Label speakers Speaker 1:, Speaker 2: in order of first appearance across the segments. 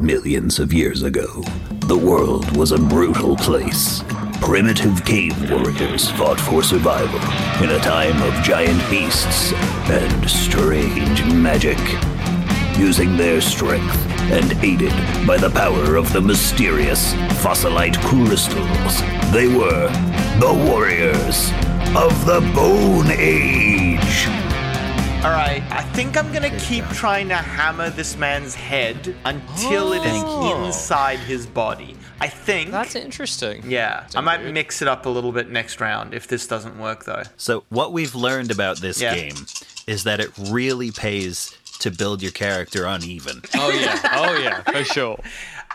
Speaker 1: Millions of years ago, the world was a brutal place. Primitive cave warriors fought for survival in a time of giant beasts and strange magic. Using their strength and aided by the power of the mysterious fossilite crystals, they were the warriors of the Bone Age.
Speaker 2: All right, I think I'm gonna keep trying to hammer this man's head until it
Speaker 3: Oh.
Speaker 2: is inside his body. I think.
Speaker 3: That's interesting.
Speaker 2: yeah, I
Speaker 3: a
Speaker 2: might
Speaker 3: weird-
Speaker 2: mix it up a little bit next round if this doesn't work though.
Speaker 4: So what we've learned about this
Speaker 2: Yeah.
Speaker 4: game is that it really pays to build your character uneven.
Speaker 3: Oh yeah. Oh yeah. For sure.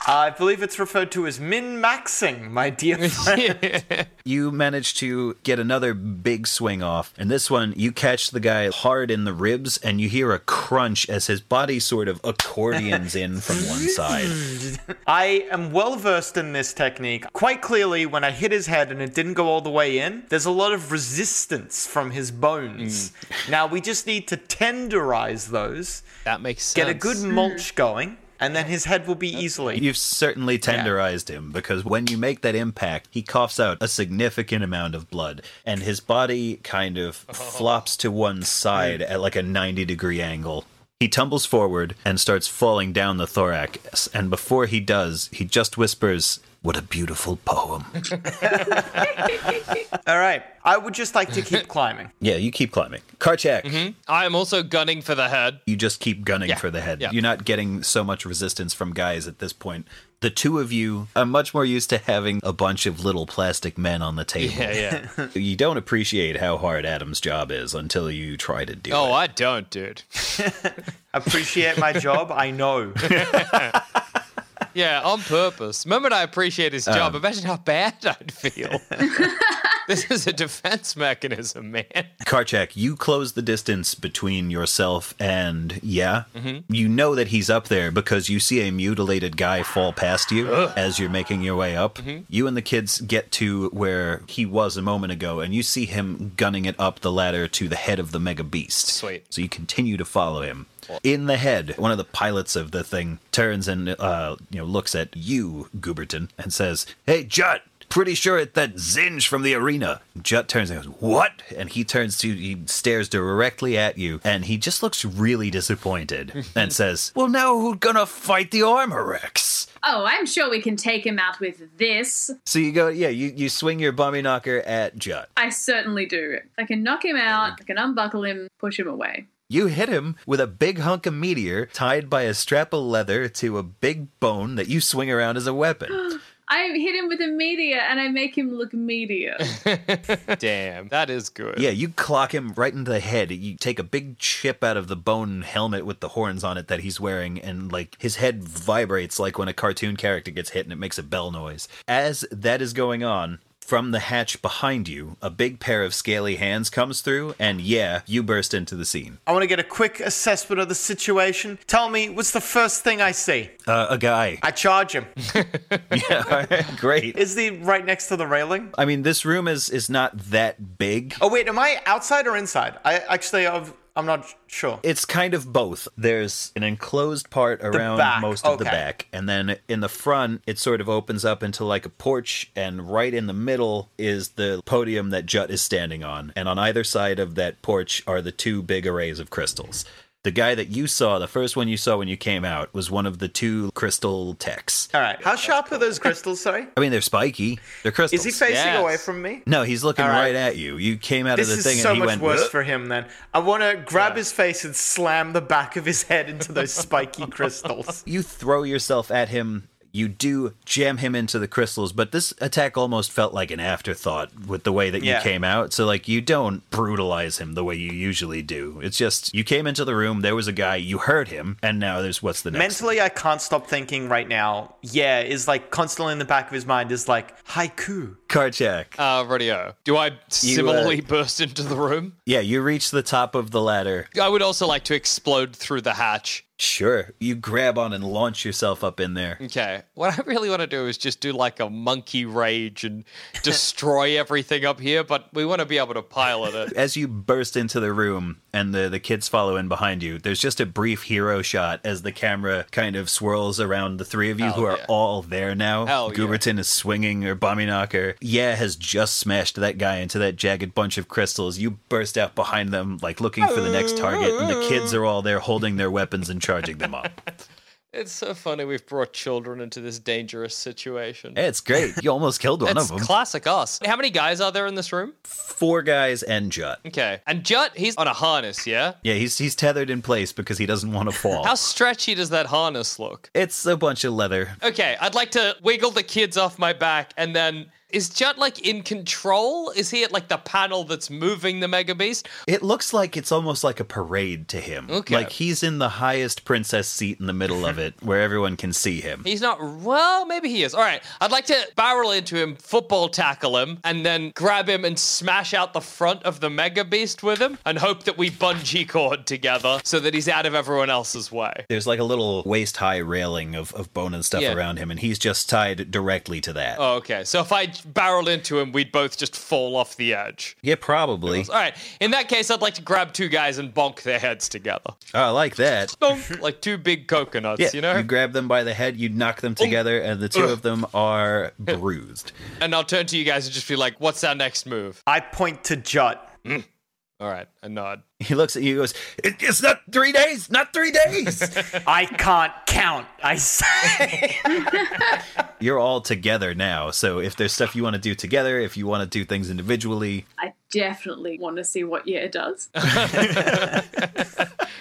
Speaker 2: I believe it's referred to as min maxing, my dear friend.
Speaker 4: You manage to get another big swing off, and this one you catch the guy hard in the ribs, and you hear a crunch as his body sort of accordions in from one side.
Speaker 2: I am well versed in this technique. Quite clearly, when I hit his head and it didn't go all the way in, there's a lot of resistance from his bones. Now we just need to tenderize those,
Speaker 3: That makes sense.
Speaker 2: get a good mulch going, and then his head will be easily.
Speaker 4: You've certainly tenderized him because when you make that impact, he coughs out a significant amount of blood, and his body kind of flops to one side at like a 90 degree angle. He tumbles forward and starts falling down the thorax, and before he does, he just whispers, What a beautiful poem.
Speaker 2: All right. I would just like to keep climbing.
Speaker 4: yeah, you keep climbing. Karchak,
Speaker 3: I am also gunning for the head.
Speaker 4: you just keep gunning for the head.
Speaker 3: Mm-hmm. yeah.
Speaker 4: You're not getting so much resistance from guys at this point. The two of you are much more used to having a bunch of little plastic men on the table.
Speaker 3: Yeah, yeah.
Speaker 4: You don't appreciate how hard Adam's job is until you try to do
Speaker 3: oh,
Speaker 4: it.
Speaker 3: I don't, dude.
Speaker 2: Appreciate my job. I know.
Speaker 3: Yeah, on purpose. Remember, when I appreciate his job. Imagine how bad I'd feel. this is a defense mechanism, man.
Speaker 4: Karchak, you close the distance between yourself and yeah. You know that he's up there because you see a mutilated guy fall past you as you're making your way up. You and the kids get to where he was a moment ago, and you see him gunning it up the ladder to the head of the mega beast.
Speaker 3: Sweet.
Speaker 4: So you continue to follow him. In the head, one of the pilots of the thing turns and uh, you know looks at you, Gooberton, and says, "Hey, Jut." Pretty sure it's that Zinge from the arena. Jut turns and goes, What? And he turns to, he stares directly at you, and he just looks really disappointed and says, Well, now who's gonna fight the Armorex?
Speaker 5: Oh, I'm sure we can take him out with this.
Speaker 4: So you go, Yeah, you, you swing your bummy knocker at Jut.
Speaker 5: I certainly do. I can knock him out, I can unbuckle him, push him away.
Speaker 4: You hit him with a big hunk of meteor tied by a strap of leather to a big bone that you swing around as a weapon.
Speaker 5: I hit him with a meteor and I make him look meteor.
Speaker 3: Damn, that is good.
Speaker 4: yeah, you clock him right into the head. You take a big chip out of the bone helmet with the horns on it that he's wearing, and like his head vibrates like when a cartoon character gets hit and it makes a bell noise. As that is going on, from the hatch behind you, a big pair of scaly hands comes through, and yeah, you burst into the scene.
Speaker 2: I want to get a quick assessment of the situation. Tell me, what's the first thing I see?
Speaker 4: Uh, a guy.
Speaker 2: I charge him.
Speaker 4: yeah, all right, great.
Speaker 2: Is he right next to the railing?
Speaker 4: I mean, this room is is not that big.
Speaker 2: Oh, wait. Am I outside or inside? I actually, I've, I'm not sure.
Speaker 4: It's kind of both. There's an enclosed part around
Speaker 2: back,
Speaker 4: most of the
Speaker 2: okay.
Speaker 4: back, and then in the front, it sort of opens up into like a porch, and right in the middle is the podium that Jut is standing on, and on either side of that porch are the two big arrays of crystals. The guy that you saw, the first one you saw when you came out, was one of the two crystal techs.
Speaker 2: All right. How sharp are those crystals? Sorry.
Speaker 4: I mean, they're spiky. They're
Speaker 2: Is
Speaker 4: crystals.
Speaker 2: he facing
Speaker 3: Yes.
Speaker 2: away from me?
Speaker 4: No, he's looking
Speaker 2: All
Speaker 4: right.
Speaker 2: right.
Speaker 4: at you. You came out
Speaker 2: This
Speaker 4: of the
Speaker 2: is
Speaker 4: thing,
Speaker 2: so
Speaker 4: and he
Speaker 2: much
Speaker 4: went.
Speaker 2: worse
Speaker 4: "Ugh."
Speaker 2: for him then. I want to grab his face and slam the back of his head into those spiky crystals.
Speaker 4: you throw yourself at him. You do jam him into the crystals, but this attack almost felt like an afterthought with the way that
Speaker 2: Yeah.
Speaker 4: you came out. So, like, you don't brutalize him the way you usually do. It's just you came into the room, there was a guy, you heard him, and now there's what's the next.
Speaker 2: Mentally, I can't stop thinking right now. Yeah, is like constantly in the back of his mind is like haiku.
Speaker 4: Karchak.
Speaker 3: Uh, radio. Do I similarly burst into the room?
Speaker 4: yeah, you reach the top of the ladder.
Speaker 3: I would also like to explode through the hatch.
Speaker 4: Sure. You grab on and launch yourself up in there.
Speaker 3: Okay. What I really want to do is just do like a monkey rage and destroy everything up here, but we want to be able to pilot it.
Speaker 4: As you burst into the room and the, the kids follow in behind you, there's just a brief hero shot as the camera kind of swirls around the three of you who are
Speaker 3: Oh, yeah.
Speaker 4: all there now.
Speaker 3: Hell yeah.
Speaker 4: Gooberton is swinging or bombing knocker. Yeah has just smashed that guy into that jagged bunch of crystals. You burst out behind them, like looking for the next target, and the kids are all there holding their weapons and charging them up.
Speaker 3: It's so funny we've brought children into this dangerous situation.
Speaker 4: Hey, it's great. You almost killed one
Speaker 3: That's
Speaker 4: of them.
Speaker 3: classic us. How many guys are there in this room?
Speaker 4: Four guys and Jut.
Speaker 3: Okay. And Jut, he's on a harness, yeah?
Speaker 4: Yeah, he's he's tethered in place because he doesn't want to fall.
Speaker 3: How stretchy does that harness look?
Speaker 4: It's a bunch of leather.
Speaker 3: Okay, I'd like to wiggle the kids off my back and then. Is Jut like in control? Is he at like the panel that's moving the Mega Beast?
Speaker 4: It looks like it's almost like a parade to him.
Speaker 3: Okay.
Speaker 4: Like he's in the highest princess seat in the middle of it where everyone can see him.
Speaker 3: He's not. Well, maybe he is. All right. I'd like to barrel into him, football tackle him, and then grab him and smash out the front of the Mega Beast with him and hope that we bungee cord together so that he's out of everyone else's way.
Speaker 4: There's like a little waist high railing of, of bone and stuff
Speaker 3: Yeah.
Speaker 4: around him, and he's just tied directly to that.
Speaker 3: Oh, okay. So if I barrel into him, we'd both just fall off the edge.
Speaker 4: Yeah, probably.
Speaker 3: All right. In that case, I'd like to grab two guys and bonk their heads together.
Speaker 4: Oh, I like that.
Speaker 3: Bonk, like two big coconuts,
Speaker 4: Yeah,
Speaker 3: you know? Oh.
Speaker 4: grab them by the head, you knock them together, and the two of them are bruised.
Speaker 3: and I'll turn to you guys and just be like, what's our next move?
Speaker 2: I point to Jut.
Speaker 3: All right. A nod.
Speaker 4: He looks at you, and goes, "It- "It's not three days, not three days."
Speaker 2: I can't count. I say.
Speaker 4: You're all together now, so if there's stuff you want to do together, if you want to do things individually,
Speaker 5: I definitely want to see what Yair does.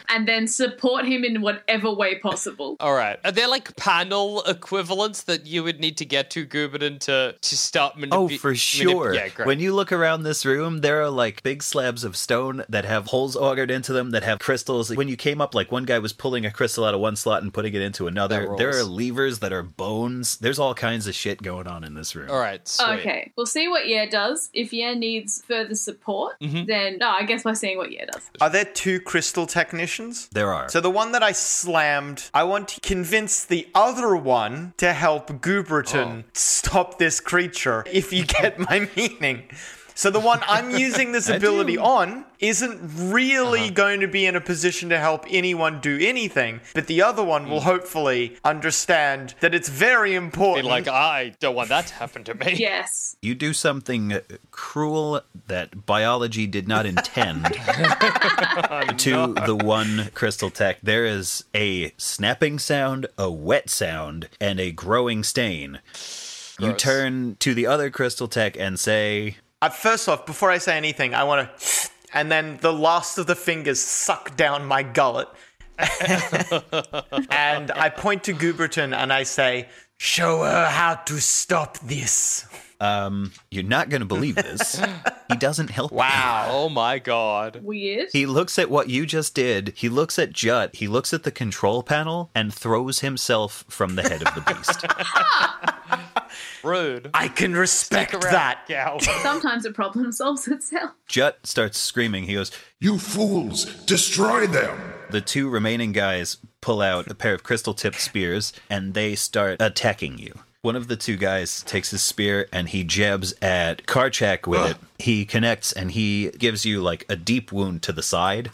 Speaker 5: and then support him in whatever way possible.
Speaker 3: All right. Are there like panel equivalents that you would need to get to Gubadin to to start manip-
Speaker 4: Oh, for
Speaker 3: manip-
Speaker 4: sure.
Speaker 3: yeah, great.
Speaker 4: When you look around this room, there are like big slabs of stone that have holes augured into them that have crystals. When you came up, like one guy was pulling a crystal out of one slot and putting it into another.
Speaker 3: That
Speaker 4: There are
Speaker 3: rules.
Speaker 4: levers that are bones. There's all kinds of shit going on in this room.
Speaker 3: All right. Sweet.
Speaker 5: Okay, we'll see what Yair does. If Yair needs further support, then no, I guess we're seeing what Yair does.
Speaker 2: Are there two crystal technicians?
Speaker 4: There are.
Speaker 2: So the one that I slammed, I want to convince the other one to help Gooberton stop this creature, if you get my meaning. So the one I'm using this ability on isn't really going to be in a position to help anyone do anything, but the other one will hopefully understand that it's very
Speaker 3: Be
Speaker 2: important.
Speaker 3: like, I don't want that to happen to me.
Speaker 5: Yes.
Speaker 4: you do something cruel that biology did not intend to the one crystal tech. There is a snapping sound, a wet sound, and a growing stain. You
Speaker 3: Gross.
Speaker 4: turn to the other crystal tech and say,
Speaker 2: Uh, first off, before I say anything, I want to, and then the last of the fingers suck down my gullet, and I point to Gooberton and I say, "Show her how to stop this."
Speaker 4: You're not going to believe this. he doesn't help. you.
Speaker 2: Wow.
Speaker 3: Oh my god.
Speaker 5: Weird.
Speaker 4: He looks at what you just did. He looks at Jut. He looks at the control panel and throws himself from the head of the beast.
Speaker 3: Rude.
Speaker 2: I can respect
Speaker 3: Around,
Speaker 2: that.
Speaker 3: gal.
Speaker 5: Sometimes a problem solves itself.
Speaker 4: Jut starts screaming. He goes,
Speaker 6: You fools! Destroy them!
Speaker 4: The two remaining guys pull out a pair of crystal tipped spears and they start attacking you. One of the two guys takes his spear and he jabs at Karchak with it. He connects and he gives you like a deep wound to the side.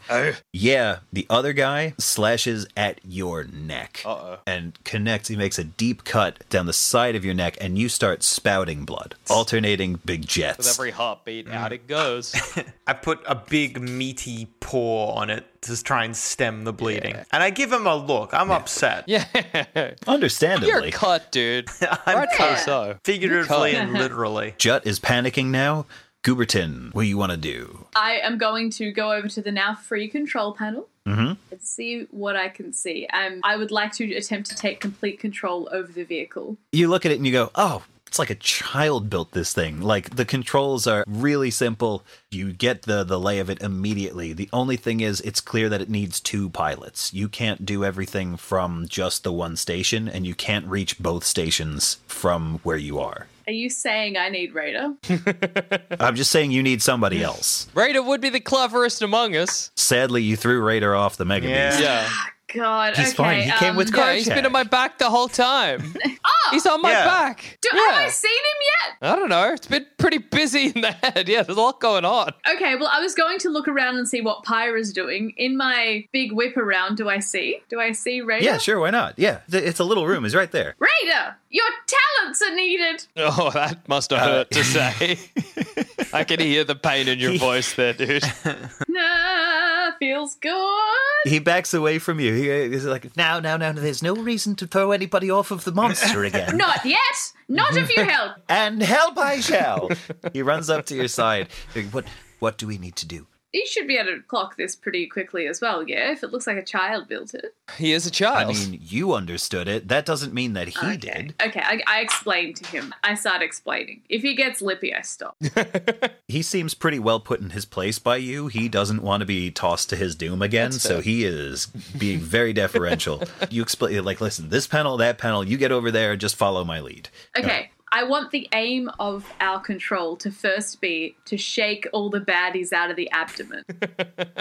Speaker 4: Yeah, the other guy slashes at your neck
Speaker 3: Uh-uh.
Speaker 4: and connects. He makes a deep cut down the side of your neck and you start spouting blood, alternating big jets.
Speaker 3: With every heartbeat,
Speaker 4: Mm.
Speaker 3: out it goes.
Speaker 2: I put a big meaty paw on it to try and stem the bleeding, and I give him a look. I'm upset,
Speaker 3: Yeah. You're
Speaker 4: Understandably.
Speaker 3: cut, dude. Rightfully so.
Speaker 2: figuratively
Speaker 3: You're cut.
Speaker 2: and literally.
Speaker 4: Jut is panicking now. Gooberton, what do you want to do?
Speaker 5: I am going to go over to the now free control panel
Speaker 4: Mm-hmm.
Speaker 5: Let's see what I can see. Um, I would like to attempt to take complete control over the vehicle.
Speaker 4: you look at it and you go, oh, it's like a child built this thing. Like the controls are really simple. You get the the lay of it immediately. The only thing is it's clear that it needs two pilots. You can't do everything from just the one station and you can't reach both stations from where you are.
Speaker 5: Are you saying I need Raider?
Speaker 4: I'm just saying you need somebody else.
Speaker 3: Raider would be the cleverest among us.
Speaker 4: Sadly, you threw Raider off the Mega
Speaker 2: Yeah.
Speaker 3: Yeah.
Speaker 4: Beast.
Speaker 5: God,
Speaker 4: He's
Speaker 5: okay.
Speaker 4: fine. He came
Speaker 5: um,
Speaker 4: with
Speaker 3: Yeah, he's been on my back the whole time. he's on my
Speaker 2: yeah.
Speaker 3: back.
Speaker 5: Oh. Do, Have I
Speaker 3: yeah.
Speaker 5: seen him
Speaker 3: I don't know. It's been pretty busy in the head. Yeah, there's a lot going on.
Speaker 5: yet? Okay, well, I was going to look around and see what Pyra's doing. In my big whip around, do I see? Do I see Raider?
Speaker 4: Yeah, sure, why not? Yeah, th- it's a little room. He's right there.
Speaker 5: Raider, your talents are needed.
Speaker 3: Oh, that must have hurt to say. I can hear the pain in your voice there, dude.
Speaker 5: Nah, feels good.
Speaker 4: He backs away from you. He, he's like, now, now, now, there's no reason to throw anybody off of the monster again.
Speaker 5: Not yet. Not if you help.
Speaker 4: and help I shall. he runs up to your side. Like, What what do we need to do?
Speaker 5: You should be able to clock this pretty quickly as well, yeah? If it looks like a child built it.
Speaker 3: He is a
Speaker 4: I
Speaker 3: child.
Speaker 4: mean, you understood it. That doesn't mean that he did.
Speaker 5: Okay, I, I explained to him. I start explaining. If he gets lippy, I stop.
Speaker 4: He seems pretty well put in his place by you. He doesn't want to be tossed to his doom again, so he is being very deferential. you explain like, listen, this panel, that panel, you get over there, just follow my lead.
Speaker 5: Okay. I want the aim of our control to first be to shake all the baddies out of the abdomen.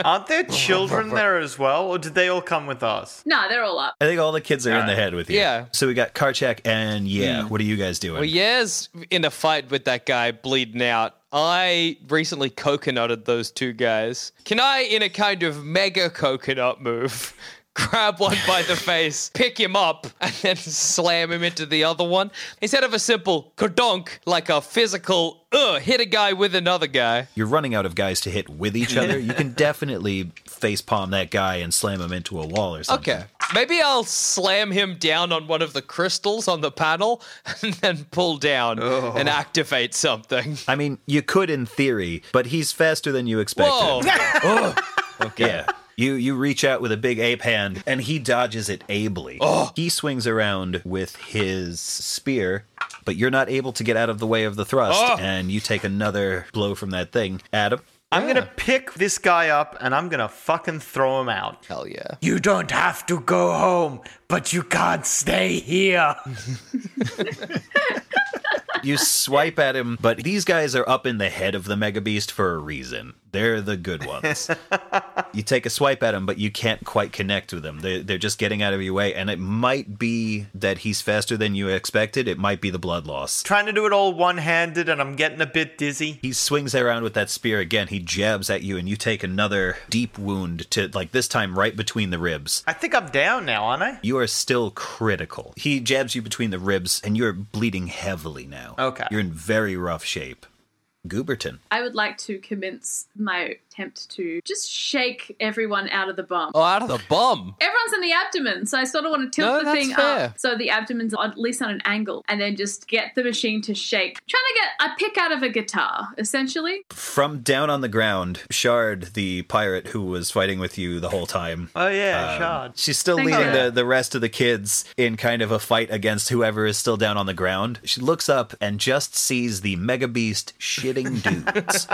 Speaker 2: Aren't there children there as well, or did they all come with us?
Speaker 5: no, they're all up.
Speaker 4: I think all the kids are in the head with you.
Speaker 3: Yeah.
Speaker 4: So we got Karchak and yeah. What are you guys doing?
Speaker 3: Well, Years in a fight with that guy bleeding out. I recently coconutted those two guys. Can I, in a kind of mega coconut move, grab one by the face, pick him up, and then slam him into the other one? Instead of a simple kodonk, like a physical, uh, hit a guy with another guy.
Speaker 4: you're running out of guys to hit with each other. You can definitely face palm that guy and slam him into a wall or something.
Speaker 3: Okay. Maybe I'll slam him down on one of the crystals on the panel and then pull down
Speaker 2: Oh.
Speaker 3: and activate something.
Speaker 4: I mean, you could in theory, but he's faster than you expected.
Speaker 3: Whoa.
Speaker 4: Okay. Yeah. You you reach out with a big ape hand and he dodges it ably. Oh. He swings around with his spear, but you're not able to get out of the way of the thrust and you take another blow from that thing. Adam,
Speaker 2: I'm gonna pick this guy up and I'm gonna fucking throw him out.
Speaker 3: Hell yeah.
Speaker 2: You don't have to go home, but you can't stay here.
Speaker 4: you swipe at him, but these guys are up in the head of the mega beast for a reason. They're the good ones. you take a swipe at him, but you can't quite connect with him. They, they're just getting out of your way, and it might be that he's faster than you expected. It might be the blood loss.
Speaker 2: Trying to do it all one handed and I'm getting a bit dizzy.
Speaker 4: He swings around with that spear again. He jabs at you, and you take another deep wound to, like, this time right between the ribs.
Speaker 2: I think I'm down now, aren't I?
Speaker 4: You are still critical. He jabs you between the ribs, and you're bleeding heavily now.
Speaker 2: Okay.
Speaker 4: You're in very rough shape. Gooberton.
Speaker 5: I would like to commence my attempt to just shake everyone out of the bum.
Speaker 3: Oh, out of the bum.
Speaker 5: Everyone's in the abdomen, so I sort of want to tilt
Speaker 3: No,
Speaker 5: the
Speaker 3: that's
Speaker 5: thing
Speaker 3: fair.
Speaker 5: up so the abdomen's on, at least on an angle, and then just get the machine to shake. Trying to get a pick out of a guitar, essentially.
Speaker 4: from down on the ground, Shard, the pirate who was fighting with you the whole time. um,
Speaker 2: Oh, yeah, Shard.
Speaker 4: She's still
Speaker 5: Thank
Speaker 4: leading
Speaker 5: you.
Speaker 4: the, the rest of the kids in kind of a fight against whoever is still down on the ground. She looks up and just sees the mega beast shitting dudes.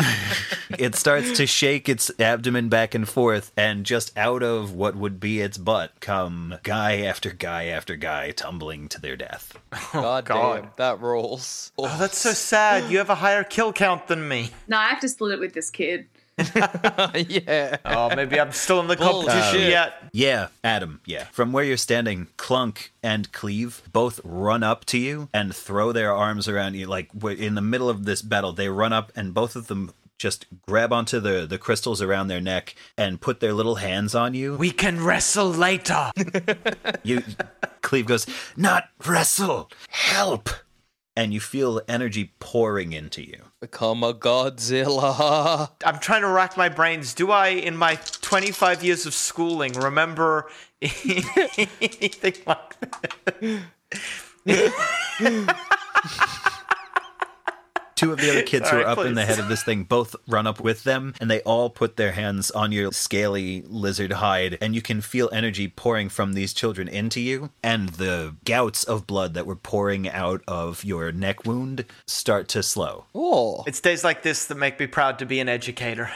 Speaker 5: Good.
Speaker 4: it starts to shake its abdomen back and forth, and just out of what would be its butt come guy after guy after guy tumbling to their death.
Speaker 2: Oh,
Speaker 3: God,
Speaker 2: God.
Speaker 3: damn, that rules.
Speaker 2: Oh, that's so sad. You have a higher kill count than me.
Speaker 5: no, I have to split it with this kid.
Speaker 3: yeah.
Speaker 2: Oh, maybe I'm still in the
Speaker 3: Bullshit.
Speaker 2: competition yet.
Speaker 4: Yeah, Adam, yeah. From where you're standing, Clunk and Cleave both run up to you and throw their arms around you. Like w- in the middle of this battle, they run up and both of them just grab onto the, the crystals around their neck and put their little hands on you.
Speaker 2: We can wrestle later.
Speaker 4: you Cleve goes, Not wrestle, help. And you feel energy pouring into you.
Speaker 3: Become a Godzilla.
Speaker 2: I'm trying to rack my brains. Do I, in my 25 years of schooling, remember anything like that?
Speaker 4: two of the other kids who
Speaker 2: Sorry,
Speaker 4: are up in the
Speaker 2: please.
Speaker 4: head of this thing both run up with them, and they all put their hands on your scaly lizard hide, and you can feel energy pouring from these children into you, and the gouts of blood that were pouring out of your neck wound start to slow.
Speaker 3: Oh.
Speaker 2: It's days like this that make me proud to be an educator.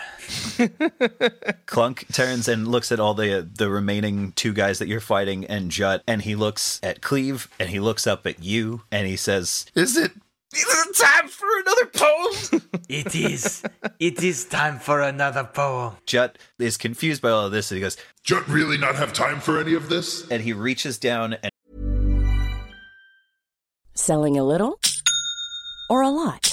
Speaker 4: Clunk turns and looks at all the the remaining two guys that you're fighting and Jut, and he looks at Cleve, and he looks up at you, and he says,
Speaker 7: Is it? Is it time for another poem?
Speaker 2: It is. it is time for another poem.
Speaker 4: Jut is confused by all of this, and he goes,
Speaker 6: Jut really not have time for any of this?
Speaker 4: and he reaches down and
Speaker 8: Selling a little or a lot?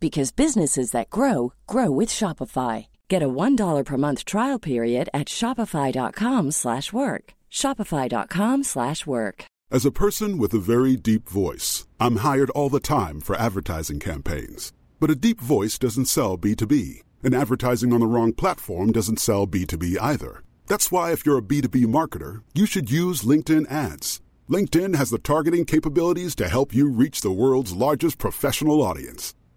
Speaker 8: because businesses that grow grow with Shopify. Get a $1 per month trial period at shopify.com/work. slash work. shopify.com/work. slash work.
Speaker 1: As a person with a very deep voice, I'm hired all the time for advertising campaigns. But a deep voice doesn't sell B2B, and advertising on the wrong platform doesn't sell B2B either. That's why, if you're a B2B marketer, you should use LinkedIn ads. LinkedIn has the targeting capabilities to help you reach the world's largest professional audience.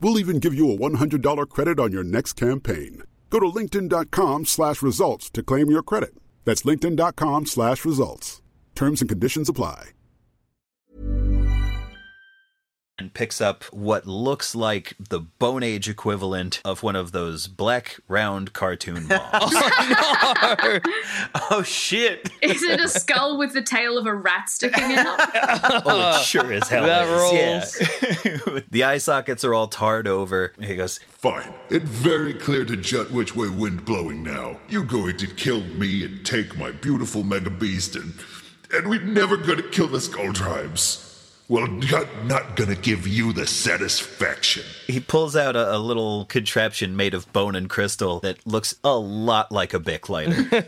Speaker 1: We'll even give you a $100 credit on your next campaign. Go to linkedin.com slash results to claim your credit. That's linkedin.com slash results. Terms and conditions apply.
Speaker 4: and picks up what looks like the Bone Age equivalent of one of those black round cartoon bombs.
Speaker 2: Oh shit.
Speaker 5: Is it a skull with the tail of a rat sticking out?
Speaker 4: oh, it sure as hell
Speaker 3: That
Speaker 4: is. Yeah. the eye sockets are all tarred over. He goes,
Speaker 6: Fine. It very clear to Jut which way wind blowing now. You going to kill me and take my beautiful mega beast and and we never gonna kill the skull tribes. Well, Jut not gonna give you the satisfaction.
Speaker 4: he pulls out a, a little contraption made of bone and crystal that looks a lot like a Bic lighter.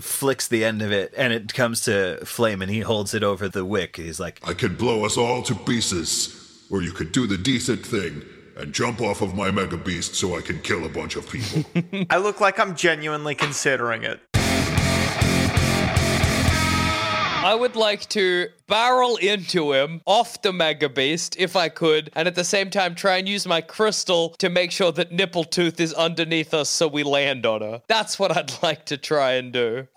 Speaker 4: Flicks the end of it and it comes to flame and he holds it over the wick. He's like,
Speaker 6: I could blow us all to pieces, or you could do the decent thing and jump off of my mega beast so I can kill a bunch of people.
Speaker 2: I look like I'm genuinely considering it.
Speaker 3: I would like to barrel into him off the mega beast if I could, and at the same time try and use my crystal to make sure that Nipple Tooth is underneath us so we land on her. That's what I'd like to try and do.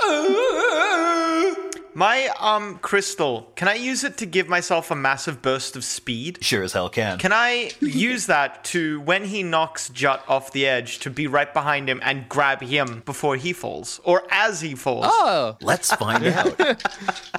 Speaker 2: My um crystal, can I use it to give myself a massive burst of speed?
Speaker 4: sure as hell can.
Speaker 2: Can I use that to when he knocks Jut off the edge to be right behind him and grab him before he falls or as he falls?
Speaker 3: Oh,
Speaker 4: Let's find out.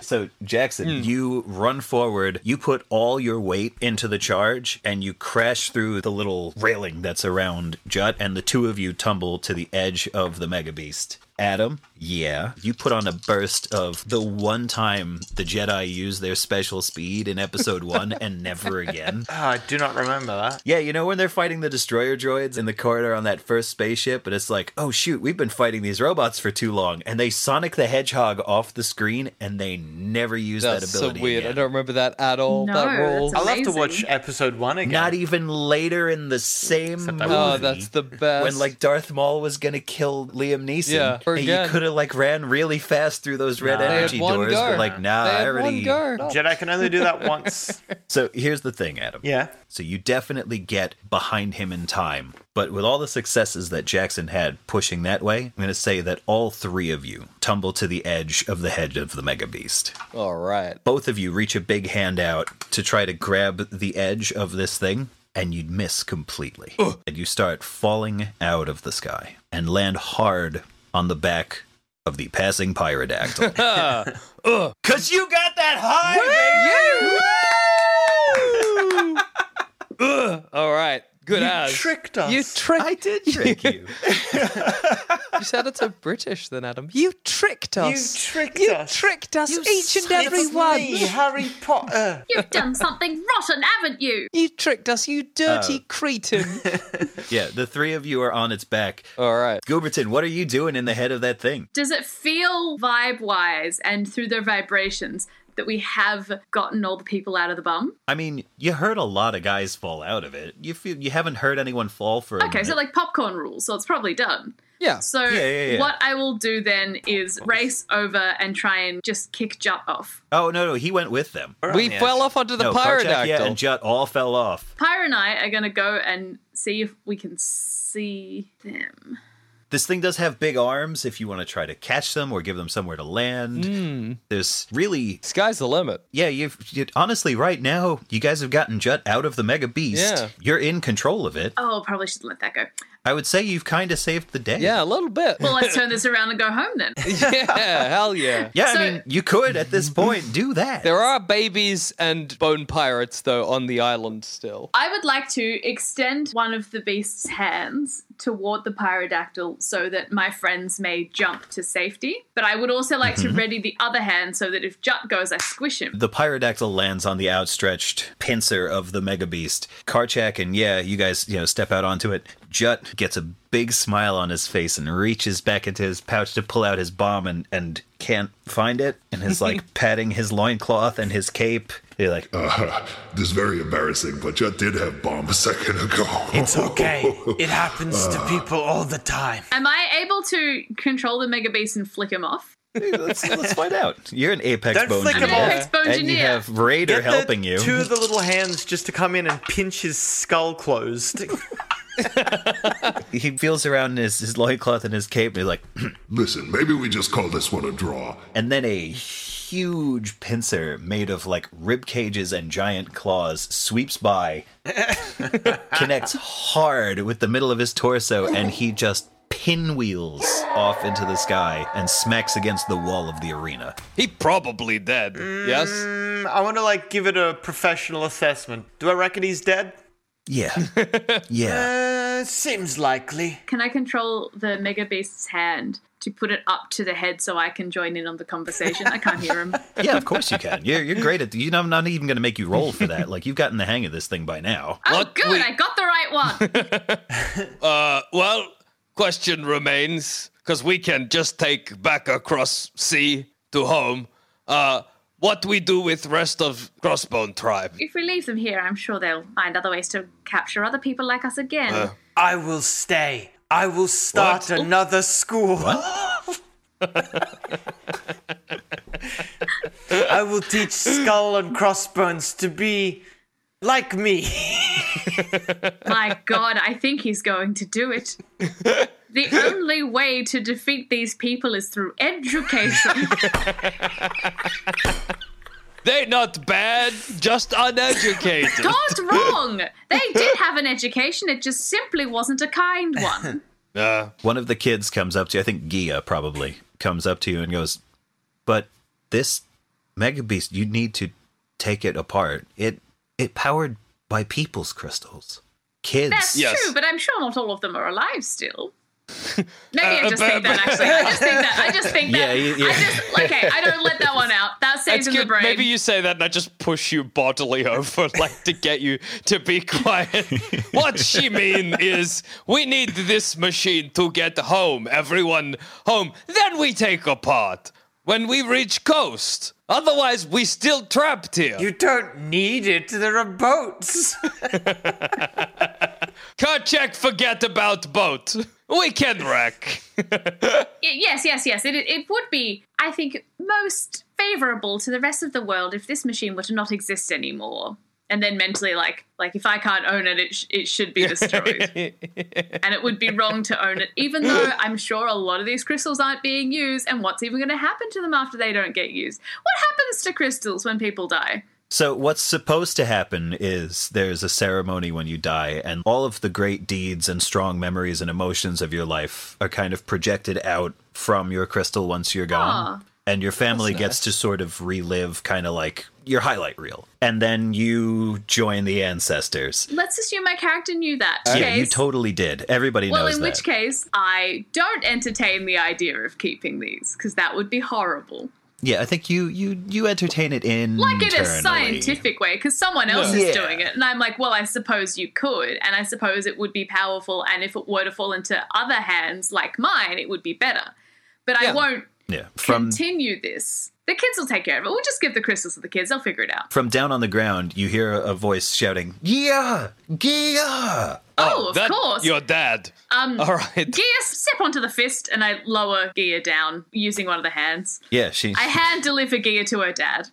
Speaker 4: So, Jackson, you run forward, you put all your weight into the charge, and you crash through the little railing that's around Jut, and the two of you tumble to the edge of the Mega Beast. Adam, yeah, you put on a burst of the one time the Jedi use their special speed in episode one and never again.
Speaker 2: Ah, I do not remember that.
Speaker 4: Yeah, you know when they're fighting the destroyer droids in the corridor on that first spaceship, and it's like, oh shoot, we've been fighting these robots for too long, and they Sonic the Hedgehog off the screen, and they never use
Speaker 3: that's
Speaker 4: that
Speaker 3: so
Speaker 4: ability.
Speaker 3: weird. I
Speaker 4: again.
Speaker 3: don't remember that at all.
Speaker 5: No,
Speaker 3: that rule.
Speaker 5: that's
Speaker 2: I'll have to
Speaker 5: Amazing.
Speaker 2: watch episode one again.
Speaker 4: Not even later in the same
Speaker 2: Except
Speaker 4: movie.
Speaker 2: I
Speaker 3: Oh, that's the best.
Speaker 4: when like Darth Maul was gonna kill Liam Neeson,
Speaker 3: Yeah,
Speaker 4: and
Speaker 3: forget.
Speaker 4: you could have like ran really fast through those red
Speaker 2: Nah. They had
Speaker 4: energy
Speaker 3: one
Speaker 4: doors,
Speaker 3: guard.
Speaker 4: but like nah,
Speaker 3: they had
Speaker 4: ah, I already.
Speaker 3: one guard.
Speaker 2: Jedi can only do that once.
Speaker 4: So here's the thing, Adam.
Speaker 2: Yeah.
Speaker 4: So you definitely get behind him in time. But with all the successes that Jackson had pushing that way, I'm going to say that all three of you tumble to the edge of the head of the Mega Beast.
Speaker 3: All right.
Speaker 4: Both of you reach a big hand out to try to grab the edge of this thing. and you'd miss completely. And you start falling out of the sky and land hard on the back of the passing pyrodactyl.
Speaker 9: Cause you got that high, baby.
Speaker 3: Ugh. All right. Good
Speaker 9: You
Speaker 3: ass.
Speaker 9: tricked
Speaker 3: You
Speaker 9: us.
Speaker 3: tricked.
Speaker 9: I did trick
Speaker 3: you. you sounded so British then, Adam. You tricked us.
Speaker 2: You tricked
Speaker 3: You
Speaker 2: us.
Speaker 3: tricked us,
Speaker 2: You
Speaker 3: each and
Speaker 2: slipped
Speaker 3: every one.
Speaker 2: me, Harry Potter.
Speaker 5: You've done something rotten, haven't you?
Speaker 3: You tricked us, you dirty cretin.
Speaker 4: yeah, the three of you are on its back.
Speaker 3: All right.
Speaker 4: Gooberton, what are you doing in the head of that thing?
Speaker 5: Does it feel vibe wise and through the vibrations that we have gotten all the people out of the bum?
Speaker 4: I mean, you heard a lot of guys fall out of it. You feel, you haven't heard anyone fall for a
Speaker 5: Okay, so
Speaker 4: minute.
Speaker 5: like popcorn rules, so it's probably done.
Speaker 3: Yeah.
Speaker 5: So
Speaker 4: Yeah, yeah, yeah.
Speaker 5: what I will do then is race over and try and just kick Jut off.
Speaker 4: Oh no, no, he went with them.
Speaker 3: We fell off onto the
Speaker 4: no, Karchak, yeah,
Speaker 3: pyrodactyl.
Speaker 4: and Jut all fell off.
Speaker 5: Pyra and I are gonna go and see if we can see them.
Speaker 4: This thing does have big arms. If you want to try to catch them or give them somewhere to land,
Speaker 3: Hmm.
Speaker 4: there's really
Speaker 3: Sky's the limit.
Speaker 4: yeah. You've you, honestly right now, you guys have gotten Jut out of the Mega Beast.
Speaker 3: Yeah.
Speaker 4: You're in control of it.
Speaker 5: Oh, probably should let that go.
Speaker 4: I would say you've kind of saved the day.
Speaker 3: Yeah, a little bit.
Speaker 5: Well, let's turn this around and go home then.
Speaker 3: yeah, hell yeah.
Speaker 4: yeah.
Speaker 5: So-
Speaker 4: I mean, you could at this point do that.
Speaker 3: There are babies and bone pirates, though, on the island still.
Speaker 5: I would like to extend one of the beast's hands toward the pyrodactyl so that my friends may jump to safety. But I would also like to ready the other hand so that if Jut goes, I squish him.
Speaker 4: Mm-hmm. The pyrodactyl lands on the outstretched pincer of the mega beast. Karchak and yeah, you guys, you know, step out onto it. Jut gets a big smile on his face and reaches back into his pouch to pull out his bomb and and can't find it and is like patting his loincloth and his cape. You're like,
Speaker 6: Uh, this is very embarrassing, but Jut did have bomb a second ago.
Speaker 2: It's okay. It happens to people all the time.
Speaker 5: Am I able to control the mega beast and flick him off?
Speaker 4: "Hey, let's, let's find out. You're an apex
Speaker 2: Don't
Speaker 4: bone
Speaker 2: flick him
Speaker 4: engineer,
Speaker 2: off.
Speaker 5: Apex bone
Speaker 4: and you
Speaker 5: engineer.
Speaker 4: have Raider
Speaker 2: Get the
Speaker 4: helping you.
Speaker 2: Two of the little hands just to come in and pinch his skull closed.
Speaker 4: He feels around in his, his loincloth and his cape, and he's like,
Speaker 6: Listen, maybe we just call this one a draw.
Speaker 4: and then a huge pincer made of like rib cages and giant claws sweeps by, connects hard with the middle of his torso, and he just pinwheels off into the sky and smacks against the wall of the arena.
Speaker 3: He probably dead.
Speaker 2: Mm.
Speaker 3: Yes?
Speaker 2: I want to like give it a professional assessment. Do I reckon he's dead?
Speaker 4: Yeah. Yeah.
Speaker 2: Uh, seems likely.
Speaker 5: Can I control the mega beast's hand to put it up to the head so I can join in on the conversation? I can't hear him.
Speaker 4: Yeah, of course you can. You're, you're great at you know, I'm not even going to make you roll for that. Like, you've gotten the hang of this thing by now.
Speaker 5: Oh,
Speaker 3: What?
Speaker 5: good,
Speaker 3: Wait.
Speaker 5: I got the right one.
Speaker 3: Uh, well, question remains, because we can just take back across sea to home. Uh, what we do with rest of Crossbone Tribe?
Speaker 5: if we leave them here, I'm sure they'll find other ways to capture other people like us again.
Speaker 2: I will stay. I will start
Speaker 3: What?
Speaker 2: another school. I will teach skull and crossbones to be like me.
Speaker 5: My God, I think he's going to do it. The only way to defeat these people is through education.
Speaker 3: They not bad, just uneducated.
Speaker 5: God's wrong. They did have an education, it just simply wasn't a kind one.
Speaker 3: Uh,
Speaker 4: One of the kids comes up to you, I think Gia probably comes up to you and goes, But this mega beast, you need to take it apart. It it powered by people's crystals. Kids.
Speaker 5: That's
Speaker 3: Yes.
Speaker 5: true, but I'm sure not all of them are alive still. Maybe
Speaker 3: Uh,
Speaker 5: I just
Speaker 3: but-
Speaker 5: think that
Speaker 3: but-
Speaker 5: actually. I just think that. I just think
Speaker 4: Yeah,
Speaker 5: that.
Speaker 4: yeah, yeah.
Speaker 5: I just, okay, I don't let that one out. That stays
Speaker 3: that's
Speaker 5: in the
Speaker 3: good.
Speaker 5: brain.
Speaker 3: Maybe you say that and I just push you bodily over, like to get you to be quiet. what she mean is we need this machine to get home, everyone home. Then we take apart when we reach coast. Otherwise, we still trapped here.
Speaker 2: You don't need it. There are boats.
Speaker 3: Karchak forget about boat. We can wreck.
Speaker 5: Y- yes, yes, yes. It, it would be, I think, most favorable to the rest of the world if this machine were to not exist anymore. And then mentally, like, like if I can't own it, it, sh- it should be destroyed. and it would be wrong to own it, even though I'm sure a lot of these crystals aren't being used. And what's even going to happen to them after they don't get used? What happens to crystals when people die?
Speaker 4: So, what's supposed to happen is there's a ceremony when you die, and all of the great deeds and strong memories and emotions of your life are kind of projected out from your crystal once you're
Speaker 9: Aw.
Speaker 4: gone. And your family
Speaker 9: That's
Speaker 4: gets to sort of relive kind of like your highlight reel. And then you join the ancestors.
Speaker 5: Let's assume my character knew that.
Speaker 4: Yeah,
Speaker 5: Case-
Speaker 4: you totally did. Everybody
Speaker 5: well,
Speaker 4: knows
Speaker 5: in
Speaker 4: that.
Speaker 5: which case, I don't entertain the idea of keeping these because that would be horrible.
Speaker 4: yeah, I think you you you entertain it in
Speaker 5: Like in a scientific way, because someone else
Speaker 4: Yeah.
Speaker 5: is doing it. And I'm like, well, I suppose you could. And I suppose it would be powerful. And if it were to fall into other hands like mine, it would be better. But I won't
Speaker 4: Yeah, from
Speaker 5: continue this. The kids will take care of it. We'll just give the crystals to the kids. They'll figure it out.
Speaker 4: from down on the ground, you hear a voice shouting, "Yeah, yeah!"
Speaker 5: Oh, of course.
Speaker 3: You're dead.
Speaker 5: Um,
Speaker 4: All right.
Speaker 5: Gia, step onto the fist, and I lower Gia down using one of the hands.
Speaker 4: Yeah, she.
Speaker 5: I hand deliver Gia to her dad.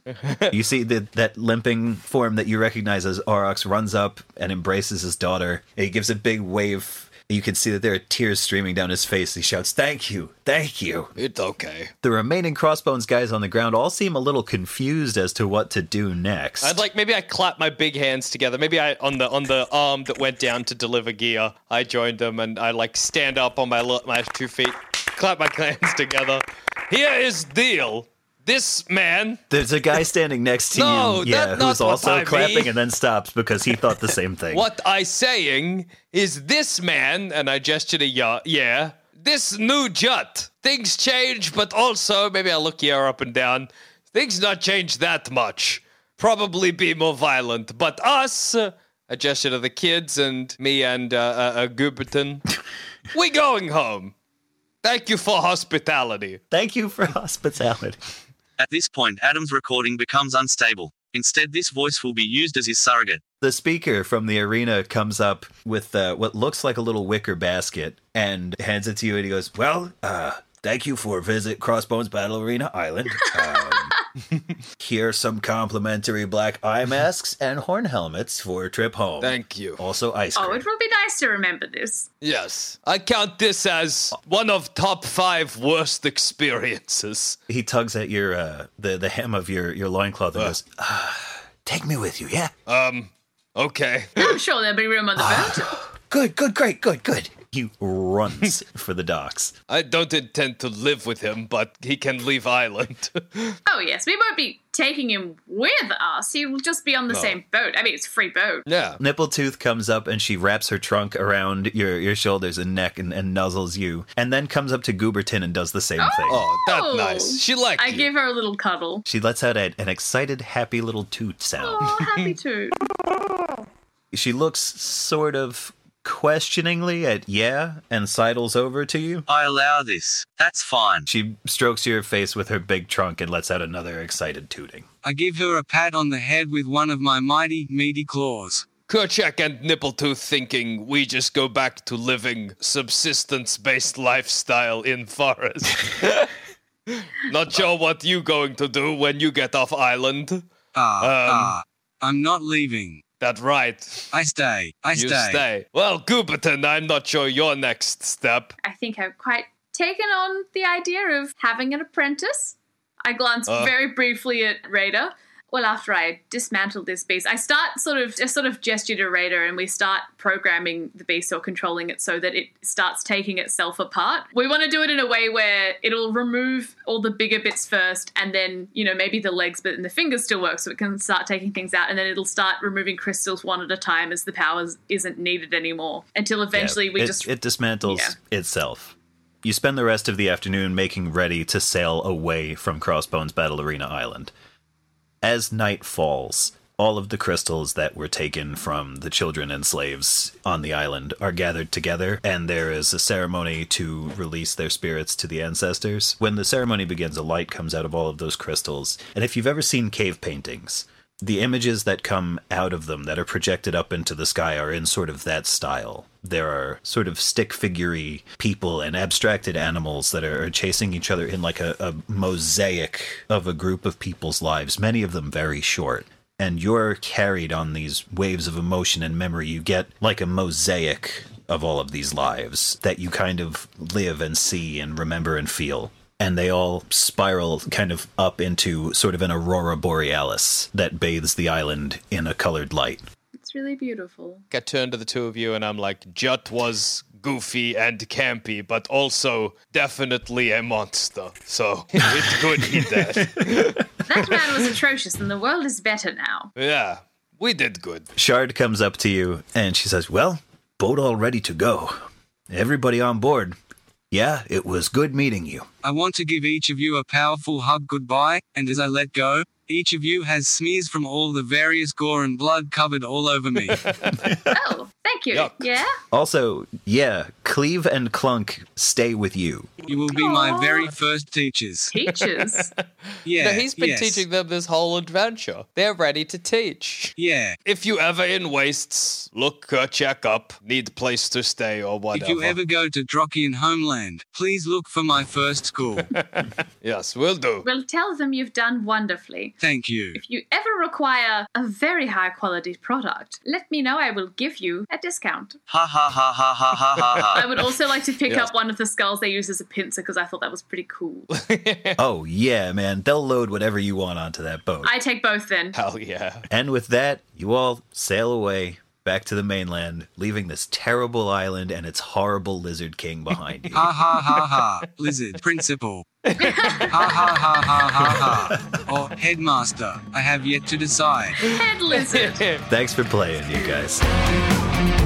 Speaker 4: you see that that limping form that you recognize as Aurox runs up and embraces his daughter. He gives a big wave. You can see that there are tears streaming down his face. He shouts, "Thank you, thank you."
Speaker 3: It's okay.
Speaker 4: The remaining Crossbones guys on the ground all seem a little confused as to what to do next.
Speaker 3: I'd like maybe I clap my big hands together. Maybe I on the on the arm that went down to deliver gear. I joined them and I like stand up on my lo- my two feet, clap my hands together. Here is deal. This man.
Speaker 4: There's a guy standing next to
Speaker 3: No,
Speaker 4: you, yeah,
Speaker 3: that's
Speaker 4: who's
Speaker 3: not what
Speaker 4: also
Speaker 3: I
Speaker 4: clapping
Speaker 3: mean.
Speaker 4: and then stops because he thought the same thing.
Speaker 3: What I saying is this man, and I gestured a yeah, yeah. This new jut. Things change, but also maybe I look here up and down. Things not change that much. Probably be more violent, but us. uh, I gestured to the kids and me and uh, uh, uh, Guberton. we going home. Thank you for hospitality.
Speaker 4: Thank you for hospitality.
Speaker 10: At this point, Adam's recording becomes unstable. Instead, this voice will be used as his surrogate.
Speaker 4: The speaker from the arena comes up with uh, what looks like a little wicker basket and hands it to you, and he goes, "Well, uh, thank you for a visit, Crossbones Battle Arena Island. Um, here are some complimentary black eye masks and horn helmets for a trip home. Thank
Speaker 3: you.
Speaker 4: Also, ice
Speaker 5: Oh,
Speaker 4: cream.
Speaker 5: it would be nice to remember this.
Speaker 3: Yes, I count this as one of top five worst experiences.
Speaker 4: He tugs at your uh, the the hem of your your loincloth and goes, ah, "Take me with you, yeah."
Speaker 3: Um, okay.
Speaker 5: I'm sure there'll be room on the boat.
Speaker 4: Good, good, great, good, good. He runs for the docks.
Speaker 3: I don't intend to live with him, but he can leave Ireland.
Speaker 5: Oh, yes, we won't be taking him with us. He will just be on the
Speaker 4: No.
Speaker 5: same boat. I mean, it's a free boat.
Speaker 3: Yeah.
Speaker 4: Nippletooth comes up and she wraps her trunk around your, your shoulders and neck and, and nuzzles you, and then comes up to Gooberton and does the same thing.
Speaker 5: Oh. I give her a little cuddle.
Speaker 4: She lets out a, an excited, happy little toot sound.
Speaker 5: Oh, happy to.
Speaker 4: She looks sort of questioningly at yeah and sidles over to you.
Speaker 10: I allow this. That's fine.
Speaker 4: She strokes your face with her big trunk and lets out another excited tooting.
Speaker 11: I give her a pat on the head with one of my mighty, meaty claws.
Speaker 3: Kerchak and Nippletooth thinking we just go back to living subsistence based lifestyle in forest. Not sure what you going to do when you get off island.
Speaker 11: Ah,
Speaker 3: Um,
Speaker 11: ah, I'm not leaving.
Speaker 3: That right.
Speaker 11: I stay. I
Speaker 3: you
Speaker 11: stay.
Speaker 3: stay. Well, Gooberton, I'm not sure your next step.
Speaker 5: I think I've quite taken on the idea of having an apprentice. I glance
Speaker 3: Uh.
Speaker 5: very briefly at Raider. Well, after I dismantle this beast, I start sort of just sort of gesture to Raider, and we start programming the beast or controlling it so that it starts taking itself apart. We want to do it in a way where it'll remove all the bigger bits first, and then you know maybe the legs, but then the fingers still work, so it can start taking things out, and then it'll start removing crystals one at a time as the power isn't needed anymore. Until eventually
Speaker 4: Yeah,
Speaker 5: we
Speaker 4: it,
Speaker 5: just
Speaker 4: it dismantles
Speaker 5: Yeah.
Speaker 4: itself. You spend the rest of the afternoon making ready to sail away from Crossbones Battle Arena Island. As night falls, all of the crystals that were taken from the children and slaves on the island are gathered together, and there is a ceremony to release their spirits to the ancestors. When the ceremony begins, a light comes out of all of those crystals. And if you've ever seen cave paintings, the images that come out of them that are projected up into the sky are in sort of that style. There are sort of stick figurey people and abstracted animals that are are chasing each other in like a, a mosaic of a group of people's lives, many of them very short. And you're carried on these waves of emotion and memory. You get like a mosaic of all of these lives that you kind of live and see and remember and feel. and they all spiral kind of up into sort of an aurora borealis that bathes the island in a colored light.
Speaker 5: It's really beautiful.
Speaker 3: I turn to the two of you and I'm like, Jut was goofy and campy, but also definitely a monster. So it's good he dead.
Speaker 5: That man was atrocious, and the world is better now.
Speaker 3: Yeah, we did good.
Speaker 4: Shard comes up to you and she says, Well, boat all ready to go. Everybody on board. Yeah, it was good meeting you.
Speaker 11: I want to give each of you a powerful hug goodbye, and as I let go, each of you has smears from all the various gore and blood covered all over me.
Speaker 5: Oh, Thank you. Yeah?
Speaker 4: Also, yeah, Cleave and Clunk stay with you.
Speaker 11: You will be my very first teachers.
Speaker 3: Teachers?
Speaker 11: yeah.
Speaker 3: No, he's been
Speaker 11: yes.
Speaker 3: teaching them this whole adventure. They're ready to teach.
Speaker 11: Yeah.
Speaker 3: If you ever in wastes, look, uh, check up, need place to stay or whatever.
Speaker 11: If you ever go to Drokian homeland, please look for my first school.
Speaker 3: yes, will do.
Speaker 5: Well, tell them you've done wonderfully.
Speaker 11: Thank you.
Speaker 5: If you ever require a very high quality product, let me know. I will give you a discount.
Speaker 10: Ha ha ha ha ha ha ha ha.
Speaker 11: Ah.
Speaker 5: I would also like to pick
Speaker 4: Yes.
Speaker 5: up one of the skulls they use as a pincer because I thought that was pretty cool.
Speaker 4: oh, yeah, man. They'll load whatever you want onto that boat.
Speaker 5: I take both then.
Speaker 3: Hell yeah.
Speaker 4: And with that, you all sail away back to the mainland, leaving this terrible island and its horrible lizard king behind you.
Speaker 11: Ha ha ha ha. Lizard principal. ha ha ha ha ha ha. Or headmaster. I have yet to decide.
Speaker 5: Head lizard.
Speaker 4: Thanks for playing, you guys.